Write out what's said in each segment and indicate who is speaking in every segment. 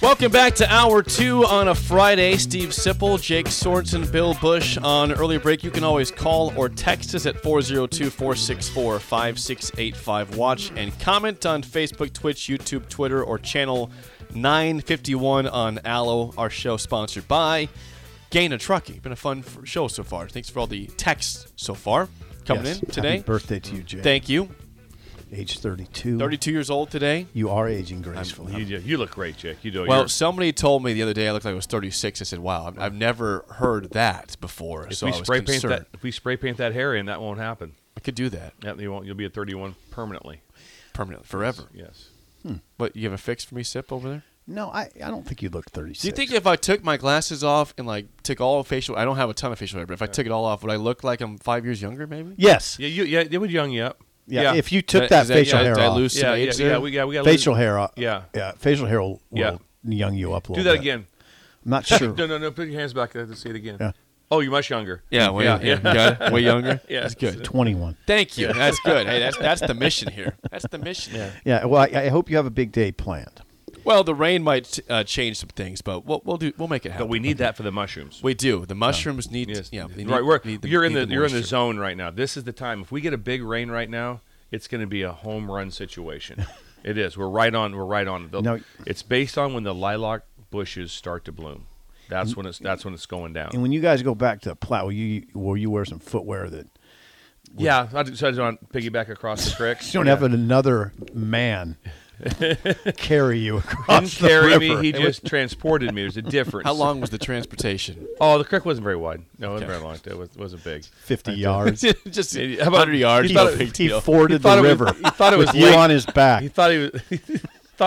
Speaker 1: Welcome back to hour two on a Friday. Steve Sipple, Jake Sorensen, Bill Bush on early break. You can always call or text us at 402 464 5685. Watch and comment on Facebook, Twitch, YouTube, Twitter, or channel 951 on Allo. Our show sponsored by Gaina Trucking. Been a fun f- show so far. Thanks for all the texts so far coming
Speaker 2: Yes.
Speaker 1: in today.
Speaker 2: Happy birthday to you, Jay.
Speaker 1: Thank you.
Speaker 2: Age 32.
Speaker 1: 32 years old today.
Speaker 2: You are aging gracefully.
Speaker 3: You, you look great, Jake. You do.
Speaker 1: Well,
Speaker 3: you're-
Speaker 1: somebody told me the other day I looked like I was 36. I said, "Wow, I've, I've never heard that before."
Speaker 3: if
Speaker 1: so
Speaker 3: we
Speaker 1: I was
Speaker 3: spray paint
Speaker 1: concerned.
Speaker 3: that, if we spray paint that hair in, that won't happen.
Speaker 1: I could do that
Speaker 3: Yeah, you won't. You'll be at 31 permanently.
Speaker 1: permanently, forever.
Speaker 3: Yes.
Speaker 1: But you have a fix for me, sip over there.
Speaker 2: no, I, I don't think you look 36.
Speaker 1: Do you think if I took my glasses off and like took all facial, I don't have a ton of facial hair, but if I took it all off, would I look like I'm five years younger? Maybe.
Speaker 2: Yes.
Speaker 3: Yeah. You. Yeah. It would young you up.
Speaker 2: Yeah,
Speaker 3: Yeah.
Speaker 2: If you took
Speaker 1: Is
Speaker 2: that, facial
Speaker 1: yeah,
Speaker 2: hair
Speaker 1: did I
Speaker 2: off,
Speaker 1: lose some
Speaker 3: Yeah. Yeah.
Speaker 1: age
Speaker 3: Yeah.
Speaker 1: there?
Speaker 3: We got. We got
Speaker 2: facial hair off.
Speaker 3: Yeah.
Speaker 2: Yeah. Facial hair will, will
Speaker 3: Yeah.
Speaker 2: young you up a
Speaker 3: Do
Speaker 2: little
Speaker 3: that
Speaker 2: bit.
Speaker 3: again.
Speaker 2: I'm not sure.
Speaker 3: No. No. No. Put your hands back. I have to see it again.
Speaker 2: Yeah.
Speaker 3: Oh, you're much younger.
Speaker 1: yeah, way,
Speaker 3: Yeah,
Speaker 1: yeah, got it. way younger.
Speaker 3: Yeah.
Speaker 1: that's good.
Speaker 2: 21.
Speaker 1: Thank you. That's good. Hey, that's that's the mission here. That's the mission. Yeah.
Speaker 2: Yeah. Well, I, I hope you have a big day planned.
Speaker 1: Well, the rain might uh, change some things, but we'll, we'll do. We'll make it happen.
Speaker 3: But we need that for the mushrooms.
Speaker 1: We do. The mushrooms need.
Speaker 3: Yes.
Speaker 1: Yeah. they
Speaker 3: right.
Speaker 1: need-
Speaker 3: We're,
Speaker 1: need
Speaker 3: you're in
Speaker 1: need
Speaker 3: the, you're in the
Speaker 1: moisture.
Speaker 3: zone right now. This is the time. If we get a big rain right now, it's going to be a home run situation. it is. We're right on. We're right on. The,
Speaker 2: No.
Speaker 3: It's based on when the lilac bushes start to bloom. That's when it's. That's when it's going down.
Speaker 2: And when you guys go back to plow, will you will you wear some footwear that
Speaker 3: yeah. I just, I just want to piggyback across the creek.
Speaker 2: you don't have another man carry you
Speaker 3: Didn't
Speaker 2: across the
Speaker 3: carry me.
Speaker 2: river?
Speaker 3: He just transported me. There's a difference.
Speaker 1: How long was the transportation?
Speaker 3: Oh, the creek wasn't very wide. No, it wasn't very long. It was, wasn't big.
Speaker 2: 50 yards.
Speaker 1: Just how about hundred yards?
Speaker 2: He,
Speaker 1: no
Speaker 3: it-
Speaker 1: big
Speaker 2: he
Speaker 1: deal.
Speaker 2: forded
Speaker 3: thought
Speaker 2: the
Speaker 3: it was-
Speaker 2: river.
Speaker 3: he thought it
Speaker 2: with
Speaker 3: was
Speaker 2: you
Speaker 3: late.
Speaker 2: on his back.
Speaker 3: He thought he was. He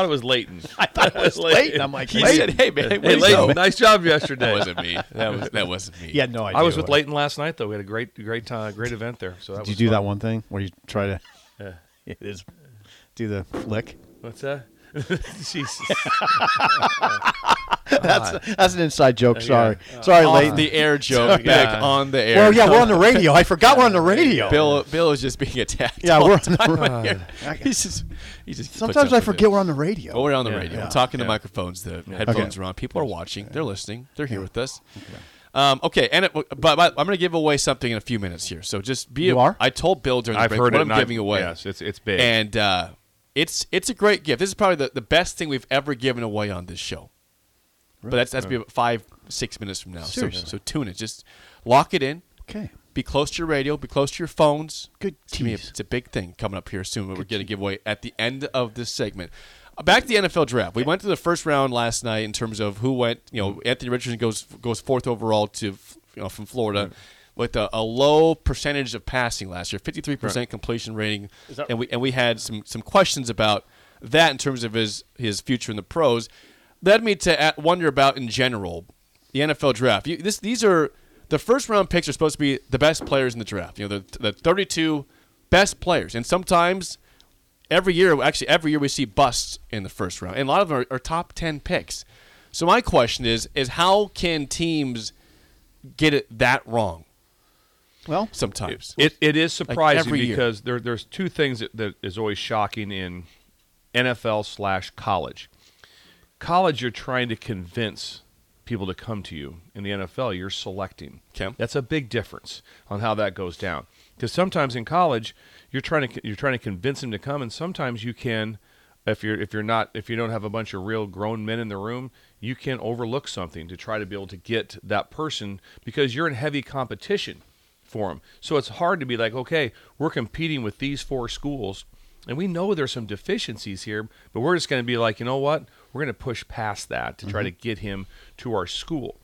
Speaker 3: thought it was Leighton. I thought it was
Speaker 2: Leighton. I'm like,
Speaker 1: He
Speaker 2: Leighton?
Speaker 1: said, "Hey man,
Speaker 3: Hey,
Speaker 1: where'd you
Speaker 3: Leighton,
Speaker 1: go?"
Speaker 3: nice job yesterday.
Speaker 1: That wasn't me. That was that wasn't me.
Speaker 2: He had no idea.
Speaker 3: I was with
Speaker 2: what-
Speaker 3: Leighton last night, though. We had a great, great time, great event there. So that
Speaker 2: Did
Speaker 3: was
Speaker 2: you do
Speaker 3: fun.
Speaker 2: that one thing where you try to it is, do the flick?
Speaker 3: What's that? Jesus.
Speaker 2: That's, that's an inside joke. Sorry.
Speaker 3: Uh,
Speaker 2: Sorry,
Speaker 1: Off
Speaker 2: Leighton.
Speaker 1: the air joke back on the air.
Speaker 2: well, yeah, we're on the radio. I forgot we're on the radio.
Speaker 1: Bill Bill is just being attacked.
Speaker 2: Yeah,
Speaker 1: all
Speaker 2: we're
Speaker 1: the
Speaker 2: on the
Speaker 1: time
Speaker 2: radio.
Speaker 1: right here. He's just he just puts
Speaker 2: Sometimes
Speaker 1: up
Speaker 2: I
Speaker 1: with
Speaker 2: forget
Speaker 1: it.
Speaker 2: we're on the radio.
Speaker 1: But we're on the
Speaker 3: Yeah.
Speaker 1: radio.
Speaker 2: Yeah.
Speaker 1: We're talking to microphones. The headphones
Speaker 2: Okay.
Speaker 1: are on. People are watching. They're listening. They're here with us. Um, okay, and it, but, but I'm going to give away something in a few minutes here. So just be.
Speaker 2: You are?
Speaker 1: I told Bill during the
Speaker 3: I've
Speaker 1: break
Speaker 3: heard
Speaker 1: what
Speaker 3: it.
Speaker 1: I'm
Speaker 3: and I've-
Speaker 1: giving away.
Speaker 3: Yes, it's it's big.
Speaker 1: and uh, it's it's a great gift. This is probably the, the best thing we've ever given away on this show. But that's that's be about five six minutes from now. So,
Speaker 2: Seriously.
Speaker 1: so tune it. Just lock it in.
Speaker 2: Okay.
Speaker 1: Be close to your radio. Be close to your phones.
Speaker 2: Good
Speaker 1: It's gonna be a-
Speaker 2: tease.
Speaker 1: it's a big thing coming up here soon. But we're going to give away at the end of this segment. Uh, Back to the NFL draft. We went to the first round last night in terms of who went. You know,
Speaker 2: Mm-hmm.
Speaker 1: Anthony Richardson goes goes fourth overall to f- you know from Florida.
Speaker 2: Mm-hmm.
Speaker 1: With a, a low percentage of passing last year, fifty-three percent completion rating, and we and we had some some questions about that in terms of his his future in the pros, led me to at, wonder about in general the NFL draft. You, this these are the first round picks are supposed to be the best players in the draft. You know, the the 32 best players, and sometimes every year, actually every year, we see busts in the first round, and a lot of them are, are top 10 picks. So my question is, is how can teams get it that wrong
Speaker 2: Well,
Speaker 1: sometimes?
Speaker 3: It, it is surprising
Speaker 1: every year.
Speaker 3: because there, there's two things that, that is always shocking in NFL slash college. College, you're trying to convince people to come to you. In the NFL, you're selecting.
Speaker 1: Okay.
Speaker 3: That's a big difference on how that goes down. Because sometimes in college, you're trying to you're trying to convince them to come, and sometimes you can, if you're if you're not if you don't have a bunch of real grown men in the room, you can overlook something to try to be able to get that person because you're in heavy competition for them. So it's hard to be like, okay, we're competing with these four schools, and we know there's some deficiencies here, but we're just going to be like, you know what? We're going to push past that to try to get him to our school.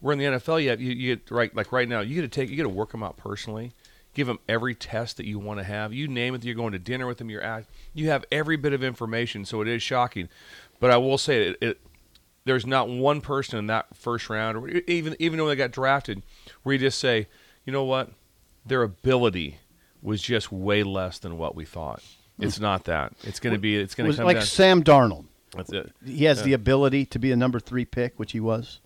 Speaker 3: We're in the NFL. You, have, you, you get right like right now. You get to take. You get to work them out personally. give them every test that you want to have. You name it. You're going to dinner with them. You're at. You have every bit of information. So it is shocking, but I will say it. it there's not one person in that first round, or even even when they got drafted, where you just say, you know what, their ability was just way less than what we thought. It's not that. It's going to be. It's going to
Speaker 2: was
Speaker 3: come
Speaker 2: like
Speaker 3: down.
Speaker 2: Sam Darnold.
Speaker 3: That's it.
Speaker 2: He has the ability to be a number three pick, which he was.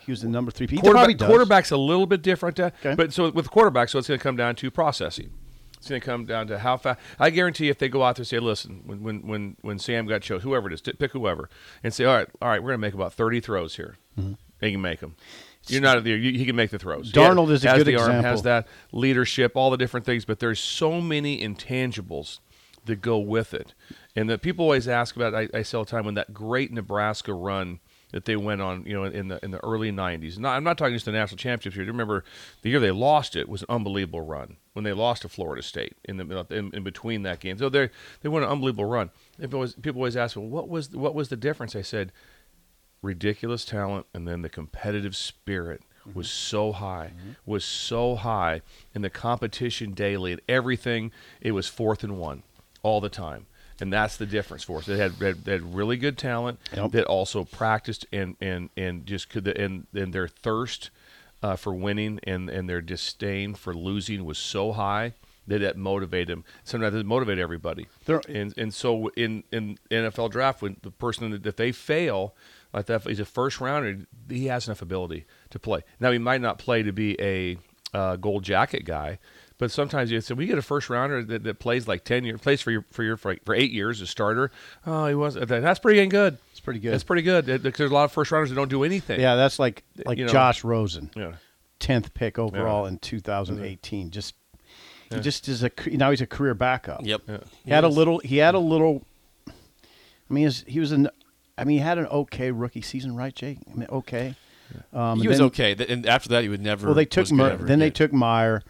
Speaker 2: He was the number three pick. He probably
Speaker 3: Quarterback,
Speaker 2: does.
Speaker 3: quarterback's a little bit different, uh,
Speaker 2: Okay.
Speaker 3: but so with quarterback, so it's going to come down to processing. It's going to come down to how fast. I guarantee if they go out there and say, "Listen, when when when, when Sam got chosen, whoever it is, t- pick whoever," and say, "All right, all right, we're going to make about thirty throws here.
Speaker 2: Mm-hmm.
Speaker 3: They can make them. You're not there. You, he can make the throws.
Speaker 2: Darnold is a
Speaker 3: has
Speaker 2: good
Speaker 3: the Arm,
Speaker 2: example.
Speaker 3: has that leadership, all the different things, but there's so many intangibles that go with it, and that people always ask about. I, I say all the time when that great Nebraska run that they went on, you know, in the in the early '90s. Not, I'm not talking just the national championship year. Do you remember the year they lost it was an unbelievable run when they lost to Florida State in the in, in between that game. So they they went an unbelievable run. People always, people always ask, well, what was what was the difference? I said ridiculous talent and then the competitive spirit was so high was so high and the competition daily and everything it was fourth and one all the time and that's the difference for us they had, they had, they had really good talent
Speaker 2: Yep.
Speaker 3: that also practiced and and and just could and and their thirst uh, for winning and and their disdain for losing was so high that it motivated them sometimes it motivated everybody
Speaker 2: There-
Speaker 3: and and so in in NFL draft, when the person that if they fail, like that, he's a first rounder. He has enough ability to play. Now he might not play to be a uh, gold jacket guy, but sometimes you say we get a first rounder that, that plays like ten years, plays for your for your for, like, for eight years as starter. Oh, he was that's pretty dang good. It's
Speaker 2: pretty good.
Speaker 3: That's pretty good. It- There's a lot of first rounders that don't do anything.
Speaker 2: Yeah, that's like like
Speaker 3: You know.
Speaker 2: Josh Rosen,
Speaker 3: Yeah.
Speaker 2: tenth pick overall in 2018. Just he just is a c- now he's a career backup.
Speaker 1: Yep. Yeah.
Speaker 2: He had a little. He had a little. I mean, his, he was an. I mean, he had an okay rookie season, right, Jake? I mean, okay. Um,
Speaker 1: he
Speaker 2: and
Speaker 1: was
Speaker 2: then-
Speaker 1: okay, Th- and after that, he would never.
Speaker 2: Well, they
Speaker 1: was
Speaker 2: took
Speaker 1: good
Speaker 2: Mur-
Speaker 1: ever
Speaker 2: then they
Speaker 1: again.
Speaker 2: took Meyer,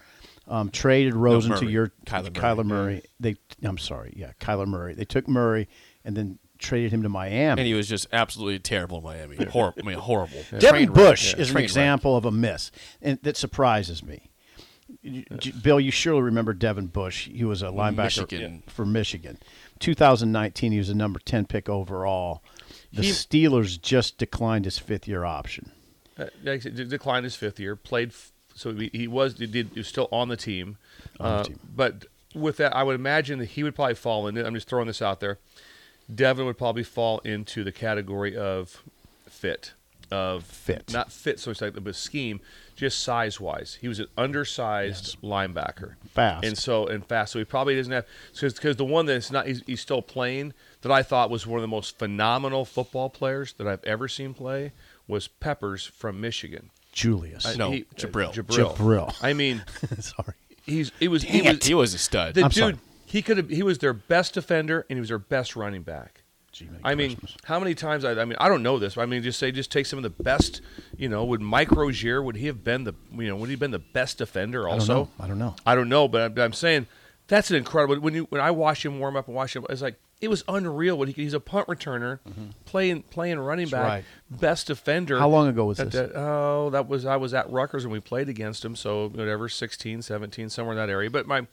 Speaker 2: um, traded Rosen to
Speaker 1: Murray.
Speaker 2: your
Speaker 1: Kyler Murray,
Speaker 2: Murray. They, I'm sorry, yeah, Kyler Murray. They took Murray and then traded him to Miami.
Speaker 1: and he was just absolutely terrible in Miami. Horrible. I mean, horrible.
Speaker 2: Devin Bush is an
Speaker 1: Train wreck.
Speaker 2: example of a miss, and that surprises me. You- J- Bill, you surely remember Devin Bush. He was a linebacker
Speaker 1: Michigan.
Speaker 2: for Michigan. 2019, he was a number 10 pick overall. The
Speaker 3: He-
Speaker 2: Steelers just declined his fifth year option.
Speaker 3: Uh, like I said, de- declined his fifth year. Played, f- so he, he was he did he was still on the team.
Speaker 2: the
Speaker 3: Uh,
Speaker 2: team.
Speaker 3: But with that, I would imagine that he would probably fall into. I'm just throwing this out there. Devin would probably fall into the category of fit, of
Speaker 2: Fit.
Speaker 3: not fit so it's like but scheme, just size wise. He was an undersized linebacker,
Speaker 2: Fast.
Speaker 3: and so and fast. So he probably doesn't have because the one that's not he's, he's still playing that I thought was one of the most phenomenal football players that I've ever seen play was Peppers from Michigan.
Speaker 2: Julius.
Speaker 3: I-
Speaker 1: No, Jabril.
Speaker 3: Jabril.
Speaker 2: Jabril.
Speaker 3: I mean,
Speaker 2: sorry.
Speaker 3: he's it was
Speaker 1: He
Speaker 3: he
Speaker 1: was,
Speaker 3: was,
Speaker 1: he was a stud.
Speaker 3: the
Speaker 2: I'm
Speaker 3: dude.
Speaker 2: sorry.
Speaker 3: He could have. He was their best defender and he was their best running back.
Speaker 2: Gee, many
Speaker 3: I mean,
Speaker 2: Christmas.
Speaker 3: how many times? I, I mean, I don't know this. But I mean, just say, just take some of the best. You know, would Mike Rozier would he have been the you know would he have been the best defender
Speaker 2: I don't
Speaker 3: also?
Speaker 2: know. I don't know.
Speaker 3: I don't know, but I'm, I'm saying that's an incredible. When you when I watch him warm up and watch him, it's like it was unreal. What he could- he's a punt returner, playing playing running back,
Speaker 2: right.
Speaker 3: best defender.
Speaker 2: How long ago was
Speaker 3: At
Speaker 2: this?
Speaker 3: that- oh, that was I was at Rutgers when we played against him. So whatever, 16, 17, somewhere in that area. But my.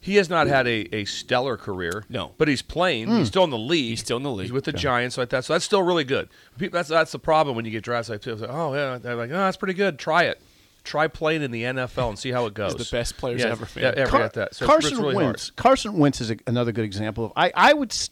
Speaker 3: He has not had a, a stellar career.
Speaker 1: No.
Speaker 3: But he's playing. He's still in the league.
Speaker 1: He's still in the league.
Speaker 3: He's with the Giants, like that. So that's still really good. People, that's that's the problem when you get drafted. Like, people say, oh yeah, they're like, oh, that's pretty good. Try it. Try playing in the NFL and see how it goes.
Speaker 1: the best players
Speaker 3: yeah,
Speaker 1: ever,
Speaker 3: Yeah,
Speaker 1: man.
Speaker 3: ever
Speaker 2: Car-
Speaker 3: at that. So it's-
Speaker 2: Carson
Speaker 3: it's really hard.
Speaker 2: Wentz. Carson Wentz is a, another good example of. I, I would. s-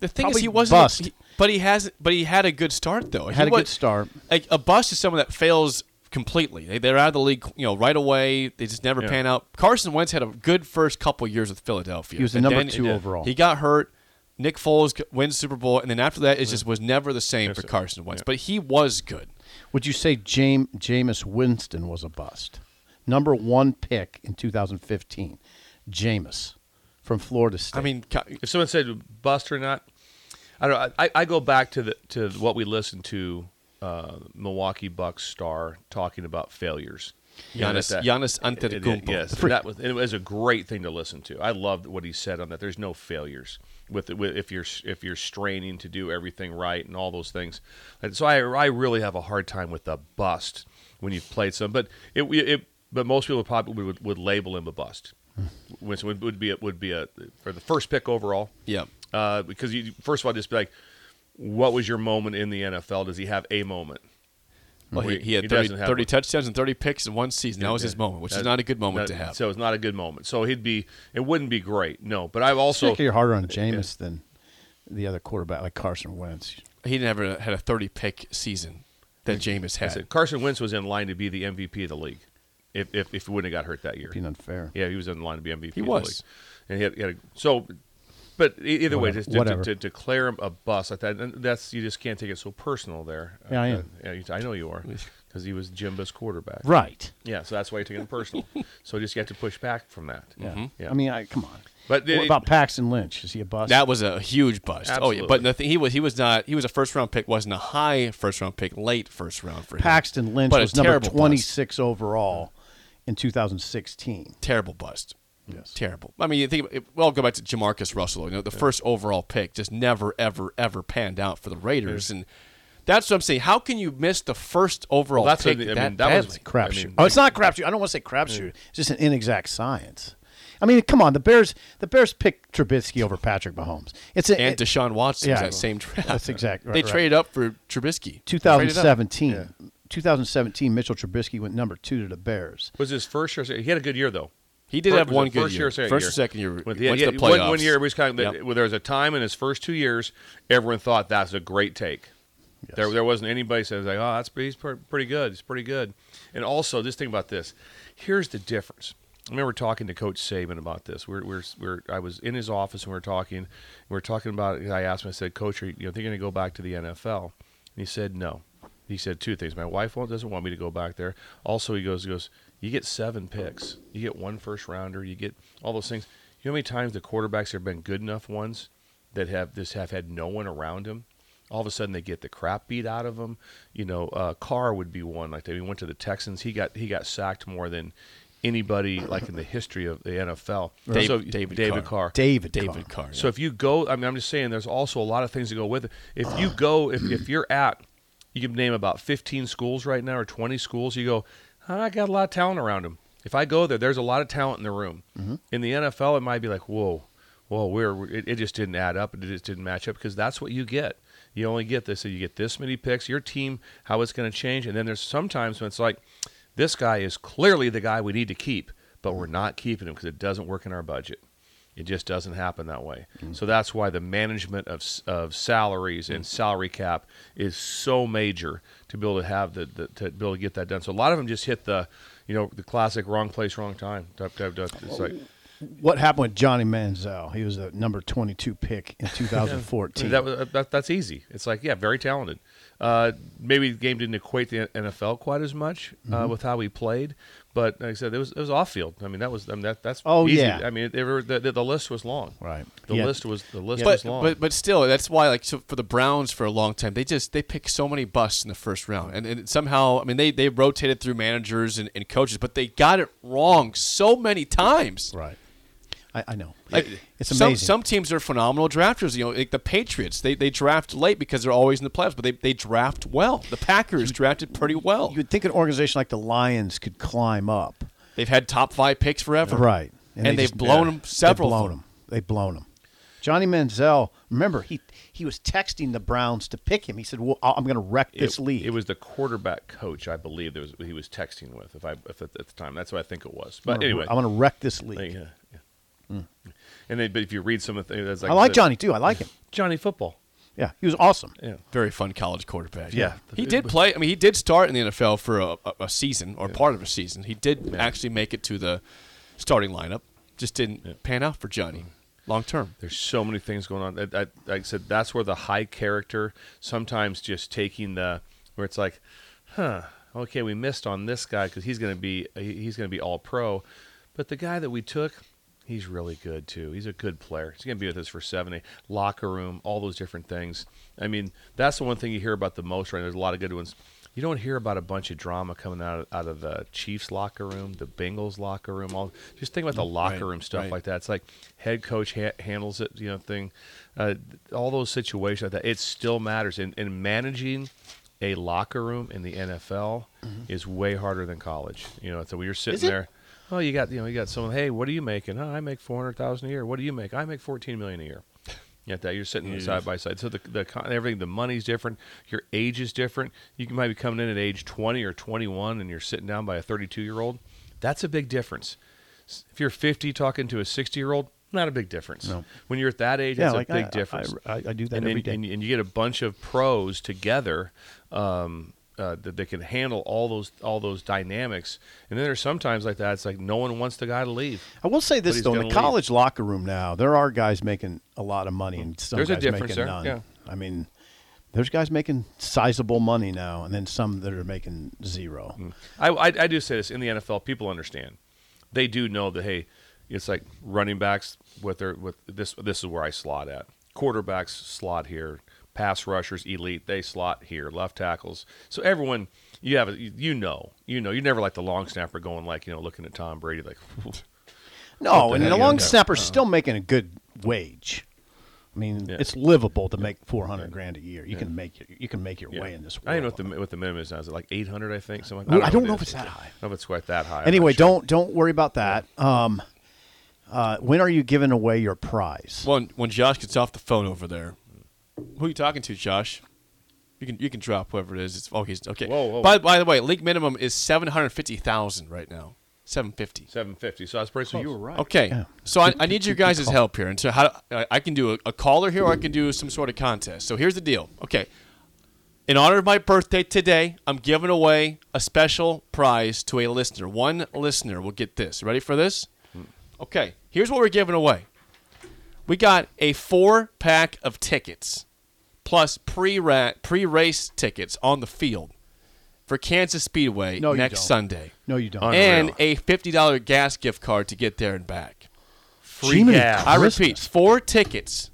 Speaker 1: The thing is,
Speaker 2: Probably
Speaker 1: he wasn't. a-
Speaker 2: bust.
Speaker 1: he- but he has. But he had a good start, though. He
Speaker 2: Had a good
Speaker 1: was-
Speaker 2: start.
Speaker 1: Like a bust is someone that fails completely. They, they're out of the league, you know, right away. They just never pan out. Carson Wentz had a good first couple years with Philadelphia.
Speaker 2: He was the
Speaker 1: And
Speaker 2: number
Speaker 1: then-
Speaker 2: two overall.
Speaker 1: He got hurt. Nick Foles g- wins Super Bowl, and then after that, it just was never the same for Carson Wentz. But he was good.
Speaker 2: Would you say James Jameis Winston was a bust? Number one pick in 2015, Jameis from Florida State.
Speaker 1: I mean, Ca-
Speaker 3: If someone said bust or not, I don't. I, I go back to the to what we listened to. Uh, Milwaukee Bucks star talking about failures.
Speaker 1: Giannis-
Speaker 3: that-
Speaker 1: Giannis
Speaker 3: it- it-
Speaker 1: Antetokounmpo.
Speaker 3: Yes, and that was it was a great thing to listen to. I loved what he said on that. There's no failures with, with if you're if you're straining to do everything right and all those things. And so I I really have a hard time with the bust when you've played some, but it it but most people probably would, would label him a bust. Which would, would be a, would be a for the first pick overall.
Speaker 1: Yep.
Speaker 3: Uh, because you first of all just be like, what was your moment in the NFL? Does he have a moment?
Speaker 1: Well, he,
Speaker 3: We-
Speaker 1: he had
Speaker 3: he
Speaker 1: 30,
Speaker 3: doesn't have
Speaker 1: 30
Speaker 3: one.
Speaker 1: touchdowns and 30 picks in one season. That was his moment, which is
Speaker 3: That-
Speaker 1: not a good moment
Speaker 3: that-
Speaker 1: to have.
Speaker 3: So it's not a good moment. So he'd be it wouldn't be great. No, but I've
Speaker 2: So,
Speaker 3: also
Speaker 2: you're harder on Jameis than the other quarterback like Carson Wentz.
Speaker 1: he never had a 30 pick season that Jameis
Speaker 3: I
Speaker 1: had.
Speaker 3: said Carson Wentz was in line to be the MVP of the league if if, if he wouldn't have got hurt that year.
Speaker 2: Being unfair.
Speaker 3: Yeah, he was in line to be MVP.
Speaker 1: He
Speaker 3: of
Speaker 1: was.
Speaker 3: the league. and he had, he had a, so. But e- either way,
Speaker 2: Whatever-
Speaker 3: just to, to,
Speaker 2: whatever.
Speaker 3: to declare him a bust like that, and that's you just can't take it so personal there.
Speaker 2: Yeah, I am.
Speaker 3: Uh, yeah, you- I know you are, because he was Jimba's quarterback.
Speaker 2: Right.
Speaker 3: Yeah, so that's why you take it personal. so you just have to push back from that.
Speaker 2: Yeah.
Speaker 1: Mm-hmm.
Speaker 3: Yeah.
Speaker 2: I mean, I, come on.
Speaker 3: But
Speaker 2: what
Speaker 3: it-
Speaker 2: about Paxton Lynch? Is he a bust?
Speaker 1: That was a huge bust. Oh yeah, but
Speaker 3: Absolutely.
Speaker 1: the thing, he was he was not he was a first round pick, wasn't a high first round pick, late first round for him.
Speaker 2: Paxton Lynch
Speaker 1: but a
Speaker 2: was number
Speaker 1: terrible bust.
Speaker 2: 26 overall in 2016.
Speaker 1: terrible bust.
Speaker 2: Yes.
Speaker 1: Terrible. I mean, you think about- well, go back to Jamarcus Russell. You know, the first overall pick just never, ever, ever panned out for the Raiders, and that's what I'm saying. How can you miss the first overall
Speaker 3: Well, that's
Speaker 1: pick?
Speaker 3: what- I
Speaker 1: that
Speaker 3: mean, that
Speaker 1: badly?
Speaker 3: was
Speaker 2: Crapshoot.
Speaker 3: I mean-
Speaker 2: oh, it's not crapshoot. I don't want to say crapshoot.
Speaker 1: Mm.
Speaker 2: It's just an inexact science. I mean, come on. The Bears. The Bears picked Trubisky over Patrick Mahomes. It's a,
Speaker 1: and
Speaker 2: it-
Speaker 1: Deshaun Watson was
Speaker 2: Yeah,
Speaker 1: that same draft.
Speaker 2: that's exact- right,
Speaker 1: they
Speaker 2: right.
Speaker 1: traded up for Trubisky.
Speaker 2: 2017. 2017. Mitchell Trubisky went number two to the Bears.
Speaker 3: Was his first year? He had a good year though.
Speaker 1: He did
Speaker 3: Fir-
Speaker 1: have
Speaker 3: was it
Speaker 1: one good
Speaker 3: first
Speaker 1: year.
Speaker 3: year, or second
Speaker 1: First or
Speaker 3: year?
Speaker 1: second year,
Speaker 3: With-
Speaker 1: he went to the
Speaker 3: one, one
Speaker 1: playoffs.
Speaker 3: year, we was kind of
Speaker 1: Yep.
Speaker 3: well, there was a time in his first two years, everyone thought that's a great take. There, there wasn't anybody that was like, oh, that's pre- he's pre- pretty good. He's pretty good. And also, just think about this. Here's the difference. I remember talking to Coach Saban about this. We're, we're, we're, I was in his office and we were talking. We were talking about. it. I asked him. I said, Coach, are you, you know, thinking to go back to the NFL? And he said, No. He said two things. My wife won't, doesn't want me to go back there. Also, he goes, he goes. You get seven picks. You get one first rounder. You get all those things. You know how many times the quarterbacks have been good enough ones that have just have had no one around them. All of a sudden, they get the crap beat out of them. You know, uh, Carr would be one. Like they went to the Texans. He got he got sacked more than anybody like in the history of the NFL.
Speaker 1: Dave-
Speaker 3: So-
Speaker 1: David
Speaker 3: David
Speaker 1: Carr.
Speaker 3: Carr.
Speaker 2: David.
Speaker 1: David
Speaker 2: Carr.
Speaker 1: Carr.
Speaker 3: So if you go, I mean, I'm just saying, there's also a lot of things that go with it. If you go, if, if you're at, you can name about 15 schools right now or 20 schools. You go, "Ah, I got a lot of talent around them. If I go there, there's a lot of talent in the room. In the NFL, it might be like, whoa, whoa, we're it, it just didn't add up. It just didn't match up because that's what you get. You only get this. So you get this many picks. Your team, how it's going to change, and then there's sometimes when it's like, this guy is clearly the guy we need to keep, but we're not keeping him because it doesn't work in our budget. It just doesn't happen that way.
Speaker 2: Mm.
Speaker 3: So that's why the management of, s- of salaries and salary cap is so major to be able to have the, the to be able to get that done. So a lot of them just hit the, you know, the classic wrong place, wrong time type type. type. It's like
Speaker 2: What happened with Johnny Manziel? He was the number 22 pick in 2014.
Speaker 3: that, was- uh, that that's easy. It's like yeah, very talented. Uh, maybe the game didn't equate the NFL quite as much uh,
Speaker 2: Mm-hmm.
Speaker 3: with how he played, but like I said, it was it was off field. I mean that was I mean, that that's
Speaker 2: Oh,
Speaker 3: easy.
Speaker 2: yeah.
Speaker 3: I mean it, it, the, the list was long.
Speaker 2: Right.
Speaker 3: The
Speaker 2: Yeah.
Speaker 3: list was the list
Speaker 1: but,
Speaker 3: was long.
Speaker 1: But but still, that's why like so for the Browns for a long time, they just they picked so many busts in the first round, and, and somehow I mean they they rotated through managers and, and coaches, but they got it wrong so many times.
Speaker 2: right. I, I know.
Speaker 1: Like
Speaker 2: it's
Speaker 1: some,
Speaker 2: amazing.
Speaker 1: some teams are phenomenal drafters. You know, like the Patriots, they, they draft late because they're always in the playoffs, but they, they draft well. The Packers drafted pretty well.
Speaker 2: you would think an organization like the Lions could climb up.
Speaker 1: They've had top five picks forever,
Speaker 2: Right.
Speaker 1: And, they have blown them several.
Speaker 2: They've blown them. They've blown them. Johnny Manziel, remember, he, he was texting the Browns to pick him. He said, well, I- I'm going to wreck this
Speaker 3: it,
Speaker 2: league.
Speaker 3: It was the quarterback coach, I believe. There was he was texting with, if I if at, at the time. That's what I think it was. But anyway,
Speaker 2: I'm going to wreck this league.
Speaker 3: yeah, yeah. And then, but if you read some of the things, that's like
Speaker 2: I like
Speaker 3: the-
Speaker 2: Johnny, too. I like him.
Speaker 3: Johnny football.
Speaker 2: Yeah, he was awesome.
Speaker 3: Yeah,
Speaker 1: Very fun college quarterback.
Speaker 3: Yeah.
Speaker 1: He did play. I mean, he did start in the NFL for a, a, a season or part of a season. He did actually make it to the starting lineup. Just didn't pan out for Johnny
Speaker 3: Mm-hmm.
Speaker 1: long term.
Speaker 3: there's so many things going on. I, I, like I said, that's where the high character sometimes just taking the where it's like, huh, okay, we missed on this guy because he's going to be he- he's going to be all pro, but the guy that we took. He's really good too. He's a good player. He's going to be with us for seven, eight, locker room, all those different things. I mean, that's the one thing you hear about the most, right? There's a lot of good ones. You don't hear about a bunch of drama coming out of, out of the Chiefs locker room, the Bengals locker room. All just think about the locker room
Speaker 1: Mm,
Speaker 3: stuff
Speaker 1: right.
Speaker 3: like that. It's like head coach ha- handles it, you know, thing. Uh, all those situations like that. It still matters in, in managing a locker room in the NFL is way harder than college. You know, so when you're
Speaker 4: Mm-hmm. Is
Speaker 3: sitting
Speaker 4: it?
Speaker 3: there, oh, you got you know you got someone. Hey, what are you making? Oh, I make four hundred thousand a year. What do you make? I make fourteen million a year. You got that you're sitting side by side. So the the con- everything the money's different. Your age is different. You can- might be coming in at age twenty or twenty one, and you're sitting down by a thirty two year old. That's a big difference. S- If you're fifty talking to a sixty year old, not a big difference.
Speaker 2: No.
Speaker 3: When you're at that age,
Speaker 2: Yeah,
Speaker 3: it's
Speaker 2: like,
Speaker 3: a big
Speaker 2: I- I-
Speaker 3: difference
Speaker 2: I- I do that
Speaker 3: and,
Speaker 2: every
Speaker 3: then-
Speaker 2: day.
Speaker 3: And, and you get a bunch of pros together um, uh, that they can handle all those all those dynamics. And then there's sometimes like that. It's like no one wants the guy to leave.
Speaker 2: I will say
Speaker 3: But
Speaker 2: this
Speaker 3: he's
Speaker 2: though: in
Speaker 3: gonna
Speaker 2: the
Speaker 3: leave.
Speaker 2: college locker room now, there are guys making a lot of money, and some
Speaker 3: There's a
Speaker 2: guys
Speaker 3: difference
Speaker 2: making
Speaker 3: there,
Speaker 2: none.
Speaker 3: yeah.
Speaker 2: I mean, there's guys making sizable money now, and then some that are making zero.
Speaker 3: I, I I do say this in the NFL. People understand. They do know that hey, it's like running backs with their with this this is where I slot at. Quarterbacks slot here. Pass rushers, elite, they slot here. Left tackles. So everyone, you have a, you you know, you know, you never like the long snapper going like you know looking at Tom Brady like.
Speaker 2: No, and
Speaker 3: heck
Speaker 2: the
Speaker 3: you
Speaker 2: long
Speaker 3: got?
Speaker 2: snapper's still making a good wage. I mean,
Speaker 3: Uh-huh. Yeah.
Speaker 2: it's livable to make four hundred grand a year. You can make your, you can make your
Speaker 3: Yeah.
Speaker 2: way in this world.
Speaker 3: I don't know what the mi- what the minimum is now. Is it like eight hundred? I think something.
Speaker 2: Ooh, I don't
Speaker 3: what it
Speaker 2: know if
Speaker 3: is.
Speaker 2: it's that high.
Speaker 3: I don't know if it's quite that high. I'm
Speaker 2: anyway,
Speaker 3: not sure.
Speaker 2: don't don't worry about that. Um, uh, when are you giving away your prize?
Speaker 1: When when Josh gets off the phone over there, who are you talking to, Josh? You can you can drop whoever it is. It's okay. it's- Okay.
Speaker 3: Whoa, whoa.
Speaker 1: By by the way, league minimum is seven hundred fifty thousand right now. Seven fifty.
Speaker 3: seven fifty. So I was pretty. So you were right.
Speaker 1: Okay.
Speaker 2: Yeah.
Speaker 1: So I, I need your guys' help here. And so how I I can do a, a caller here or I can do some sort of contest. So here's the deal. Okay. In honor of my birthday today, I'm giving away a special prize to a listener. One listener will get this. Ready for this? Okay. Here's what we're giving away. We got a four pack of tickets plus pre pre race tickets on the field for Kansas Speedway
Speaker 2: No, you
Speaker 1: next
Speaker 2: don't.
Speaker 1: Sunday.
Speaker 2: No, you don't.
Speaker 3: Unreal.
Speaker 1: And a $50 gas gift card to get there and back.
Speaker 3: Free
Speaker 2: Jiminy
Speaker 3: gas.
Speaker 1: I
Speaker 2: Christmas.
Speaker 1: repeat, four tickets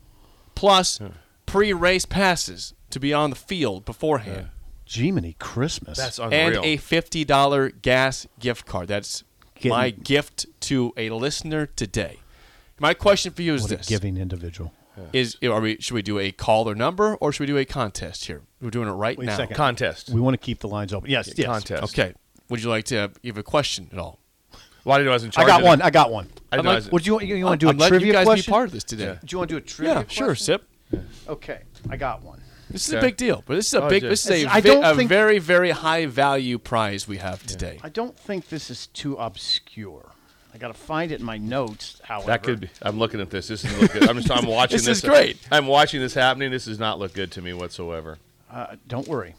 Speaker 1: plus pre race passes to be on the field beforehand.
Speaker 2: Jiminy Christmas.
Speaker 3: That's
Speaker 1: And
Speaker 3: unreal.
Speaker 1: a $50 gas gift card. That's
Speaker 2: Getting-
Speaker 1: my gift to a listener today. My question for you is
Speaker 2: what a
Speaker 1: this:
Speaker 2: giving individual.
Speaker 1: Is are we should we do a caller number or should we do a contest here? We're doing it right
Speaker 2: Wait a
Speaker 1: now.
Speaker 2: second.
Speaker 3: contest.
Speaker 2: We want to keep the lines open. Yes, yes.
Speaker 3: Contest.
Speaker 1: Okay. Would you like to give a question at all?
Speaker 3: Well, I didn't know I was in
Speaker 2: I
Speaker 3: charge.
Speaker 2: got
Speaker 3: of it.
Speaker 2: one. I got one.
Speaker 3: I didn't know I was-
Speaker 2: Would you you, want to do
Speaker 1: I'm
Speaker 2: a
Speaker 1: letting
Speaker 2: trivia
Speaker 1: you guys
Speaker 2: question?
Speaker 1: be part of this today.
Speaker 2: Do you want to do a trivia?
Speaker 1: Yeah, sure,
Speaker 2: question?
Speaker 1: Sip.
Speaker 2: Okay, I got one.
Speaker 1: This is a
Speaker 3: Okay.
Speaker 1: big deal, but this is a
Speaker 3: Oh,
Speaker 1: big.
Speaker 3: yeah.
Speaker 1: This is a,
Speaker 2: I
Speaker 1: ve-
Speaker 2: don't
Speaker 1: a
Speaker 2: think-
Speaker 1: very, very high value prize we have today.
Speaker 2: I don't think this is too obscure. I got to find it in my notes. However,
Speaker 3: That could be. I'm looking at this. This is look good. I'm just. I'm watching
Speaker 1: This
Speaker 3: this.
Speaker 1: is great.
Speaker 3: I'm watching this happening. This does not look good to me whatsoever.
Speaker 2: Uh, don't worry.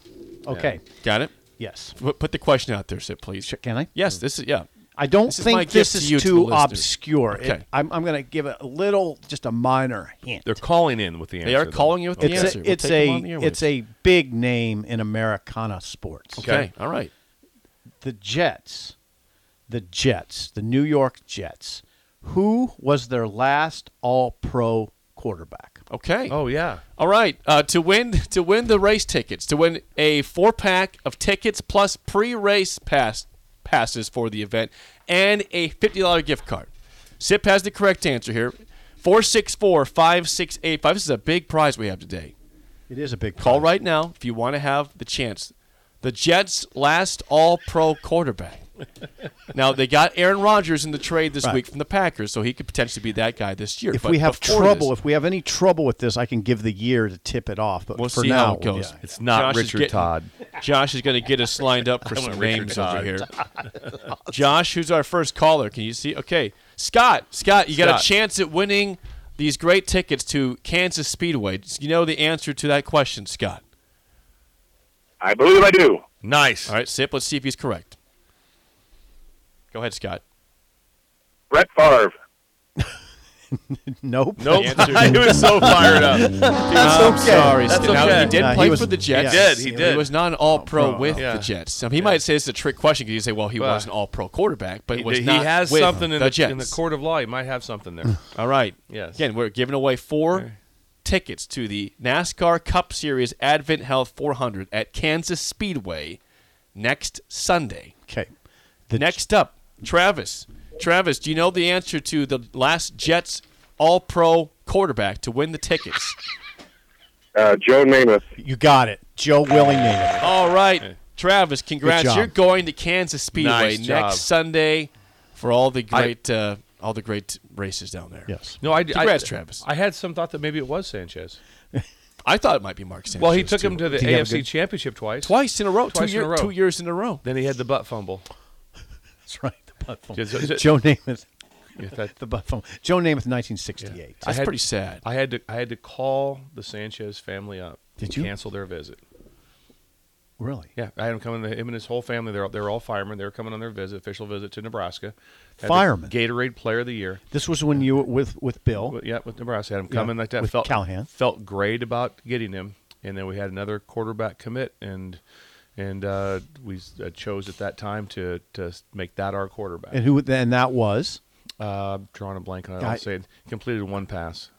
Speaker 2: Okay.
Speaker 1: Got it.
Speaker 2: Yes.
Speaker 1: Put put the question out there, Sip, please.
Speaker 2: Sh- Can I?
Speaker 1: Yes, this is yeah.
Speaker 2: I don't
Speaker 1: This is my
Speaker 2: think
Speaker 1: gift
Speaker 2: this
Speaker 1: to
Speaker 2: is
Speaker 1: you, to the
Speaker 2: too
Speaker 1: listeners.
Speaker 2: obscure. It-
Speaker 1: Okay.
Speaker 2: I'm, I'm going to give a little, just a minor hint.
Speaker 3: They're calling in with the answer.
Speaker 1: They are
Speaker 3: though.
Speaker 1: calling you with the
Speaker 2: it's
Speaker 1: answer.
Speaker 2: a,
Speaker 1: We'll
Speaker 2: it's
Speaker 1: take them
Speaker 2: a
Speaker 1: on the
Speaker 2: it's
Speaker 1: airwaves.
Speaker 2: a big name in Americana sports.
Speaker 1: okay.
Speaker 3: Okay.
Speaker 1: All right.
Speaker 2: The Jets, the Jets, the New York Jets. Who was their last All-Pro quarterback?
Speaker 1: Okay.
Speaker 3: Oh yeah.
Speaker 1: All right. Uh, to win to win the race tickets, to win a four pack of tickets plus pre race pass passes for the event, and a fifty dollar gift card. Sip has the correct answer here. Four six four five six eight five. This is a big prize we have today.
Speaker 2: It is a big
Speaker 1: Call right now if you want to have the chance. The Jets' last All Pro quarterback. now they got Aaron Rodgers in the trade this
Speaker 2: Right.
Speaker 1: week from the Packers, so he could potentially be that guy this year.
Speaker 2: If
Speaker 1: But
Speaker 2: we have
Speaker 1: before
Speaker 2: trouble,
Speaker 1: this,
Speaker 2: if we have any trouble with this, I can give the year to tip it off. But
Speaker 1: we'll
Speaker 2: for
Speaker 1: see
Speaker 2: now,
Speaker 1: how it goes.
Speaker 2: yeah.
Speaker 3: It's not
Speaker 1: is
Speaker 3: Richard
Speaker 1: getting-
Speaker 3: Todd.
Speaker 1: Josh is going to get us lined up for
Speaker 3: I want
Speaker 1: some
Speaker 3: Richard
Speaker 1: names
Speaker 3: Todd.
Speaker 1: over here. Josh, who's our first caller? Can you see? Okay, Scott. Scott, you got a
Speaker 3: Scott.
Speaker 1: chance at winning these great tickets to Kansas Speedway. You know the answer to that question, Scott.
Speaker 5: I believe I do.
Speaker 3: Nice.
Speaker 1: All right, Sip. Let's see if he's correct. Go ahead, Scott.
Speaker 5: Brett Favre.
Speaker 2: Nope.
Speaker 1: Nope.
Speaker 3: I was so fired up.
Speaker 1: I'm
Speaker 2: okay.
Speaker 1: sorry.
Speaker 3: That's
Speaker 1: Stan. Now,
Speaker 3: okay.
Speaker 1: He did
Speaker 2: Nah,
Speaker 1: play
Speaker 2: he was-
Speaker 1: for the Jets.
Speaker 2: yeah. He
Speaker 3: did, he did.
Speaker 1: was not an All Pro
Speaker 2: All-Pro,
Speaker 1: with
Speaker 3: yeah.
Speaker 1: the Jets. I mean, he might say it's a trick question because you say, "Well, he
Speaker 3: Well,
Speaker 1: was an All Pro quarterback," but
Speaker 3: He,
Speaker 1: was
Speaker 3: he
Speaker 1: not
Speaker 3: has
Speaker 1: with
Speaker 3: something in the,
Speaker 1: Jets.
Speaker 3: in the court of law. He might have something there.
Speaker 1: All right.
Speaker 3: Yes.
Speaker 1: Again, we're giving away four tickets to the NASCAR Cup Series Advent Health 400 at Kansas Speedway next Sunday.
Speaker 2: Okay. The
Speaker 1: Next up, Travis. Travis, do you know the answer to the last Jets All Pro quarterback to win the tickets?
Speaker 5: Uh, Joe Namath.
Speaker 2: You got it. Joe Willie Namath.
Speaker 1: All All right, Travis,
Speaker 2: Good
Speaker 1: congrats!
Speaker 2: job.
Speaker 1: You're going to Kansas Speedway
Speaker 3: Nice
Speaker 1: next
Speaker 3: job.
Speaker 1: Sunday for all the great uh, all the great races down there.
Speaker 2: Yes.
Speaker 3: No, I,
Speaker 1: Congrats,
Speaker 3: I,
Speaker 1: Travis.
Speaker 3: I had some thought that maybe it was Sanchez.
Speaker 1: I thought it might be Mark Sanchez.
Speaker 3: Well, he took
Speaker 1: too.
Speaker 3: him to the
Speaker 2: Did he have a
Speaker 3: AFC
Speaker 2: good-
Speaker 3: Championship twice.
Speaker 1: twice in a row,
Speaker 3: Twice
Speaker 1: two,
Speaker 3: in a
Speaker 1: year-
Speaker 3: row.
Speaker 1: two years in a row.
Speaker 3: Then he had the butt fumble.
Speaker 2: That's right. The butt fumble.
Speaker 3: Is- is it-
Speaker 2: Joe Namath.
Speaker 3: If that-
Speaker 2: The butt fumble. Joe Namath, 1968.
Speaker 3: I
Speaker 1: That's
Speaker 3: had-
Speaker 1: pretty sad.
Speaker 3: I had to I had to call the Sanchez family up.
Speaker 2: Did
Speaker 3: and
Speaker 2: you?
Speaker 3: cancel their visit?
Speaker 2: Really?
Speaker 3: Yeah, I had him coming. Him and his whole family. They're they're all firemen. They were coming on their visit, official visit to Nebraska. Had the
Speaker 2: Firemen.
Speaker 3: Gatorade Player of the Year.
Speaker 2: This was when you were with with Bill.
Speaker 3: But yeah, with Nebraska, had him
Speaker 2: Yeah,
Speaker 3: coming like that.
Speaker 2: with
Speaker 3: felt
Speaker 2: Callahan.
Speaker 3: felt great about getting him, and then we had another quarterback commit, and and uh, we s- uh, chose at that time to to s- make that our quarterback.
Speaker 2: And who and that was
Speaker 3: Uh, drawing a blank on it.
Speaker 2: I-
Speaker 3: I'll say it. completed one pass.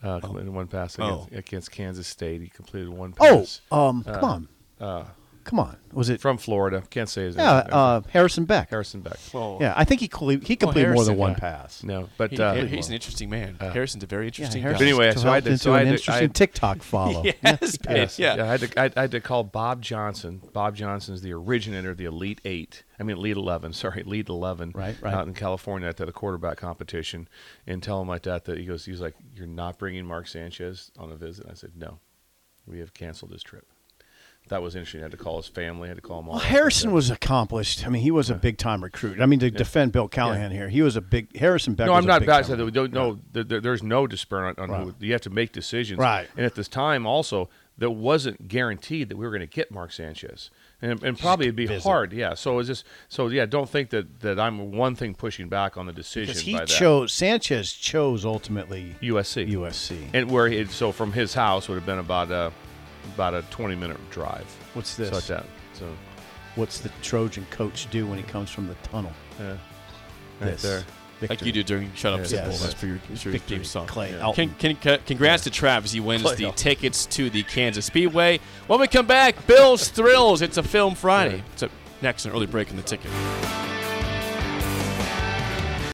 Speaker 3: Uh, completed one pass against,
Speaker 1: Oh.
Speaker 3: against Kansas State. He completed one
Speaker 2: Oh,
Speaker 3: pass.
Speaker 2: um come on.
Speaker 3: uh,
Speaker 2: come on. Was it
Speaker 3: From Florida. Can't say his
Speaker 2: Yeah,
Speaker 3: name.
Speaker 2: uh, Harrison Beck.
Speaker 3: Harrison Beck. Oh,
Speaker 2: Yeah, I think he cle- he completed more
Speaker 1: Harrison,
Speaker 2: than one
Speaker 1: yeah.
Speaker 2: pass.
Speaker 3: No, but
Speaker 1: He-
Speaker 3: uh,
Speaker 1: he- he's an interesting man. Harrison's a very
Speaker 2: Yeah,
Speaker 1: interesting
Speaker 2: Harrison
Speaker 1: guy.
Speaker 3: Anyway, so I
Speaker 2: developed
Speaker 3: had to-
Speaker 2: into
Speaker 3: so I
Speaker 2: an
Speaker 3: had to-
Speaker 2: interesting
Speaker 3: I-
Speaker 2: TikTok follow.
Speaker 1: yes, Pete,
Speaker 3: Yes.
Speaker 1: yeah.
Speaker 3: I had to I, I had to call Bob Johnson. Bob Johnson's the originator of the Elite Eight. I mean Elite Eleven. Sorry, Elite Eleven.
Speaker 2: Right, right.
Speaker 3: Out in California at the, the quarterback competition, and tell him like that that he goes. He's like, "You're not bringing Mark Sanchez on a visit." And I said, "No, we have canceled this trip." That was interesting. I had to call his family. I had to call him. all
Speaker 2: Well,
Speaker 3: up.
Speaker 2: Harrison was accomplished. I mean, he was a big time recruit. I mean, to defend Bill Callahan here, he was a big Harrison Beck.
Speaker 3: No,
Speaker 2: was
Speaker 3: I'm
Speaker 2: a
Speaker 3: not
Speaker 2: big
Speaker 3: bad.
Speaker 2: time
Speaker 3: so that we
Speaker 2: recruit.
Speaker 3: don't know. There, there- there's no disparate on, on who you have to make decisions.
Speaker 2: Right.
Speaker 3: And at this time, also, there wasn't guaranteed that we were going to get Mark Sanchez, and, and probably it'd be hard. Yeah. So is this? So yeah, don't think that that I'm one thing pushing back on the decision.
Speaker 2: because he
Speaker 3: by that.
Speaker 2: chose Sanchez chose ultimately
Speaker 3: USC.
Speaker 2: USC.
Speaker 3: And where he so from his house would have been about a about a 20 minute drive.
Speaker 2: What's
Speaker 3: So
Speaker 2: this?
Speaker 3: it's that. So
Speaker 2: What's the Trojan coach do when he comes from the tunnel?
Speaker 3: yeah. Right
Speaker 2: This
Speaker 3: there.
Speaker 2: victory.
Speaker 1: Like you do during Shut Up
Speaker 3: Yeah.
Speaker 1: Simple.
Speaker 2: Yes.
Speaker 1: That's for your, for your
Speaker 2: victory,
Speaker 1: theme song.
Speaker 2: Clay
Speaker 3: Yeah.
Speaker 2: Elton.
Speaker 1: Con- con- con- congrats to Travis. He wins
Speaker 3: Clay
Speaker 1: the
Speaker 3: Elton.
Speaker 1: tickets to the Kansas Speedway. When we come back, Bill's Thrills. It's a film Friday. It's up next, an early break in the ticket.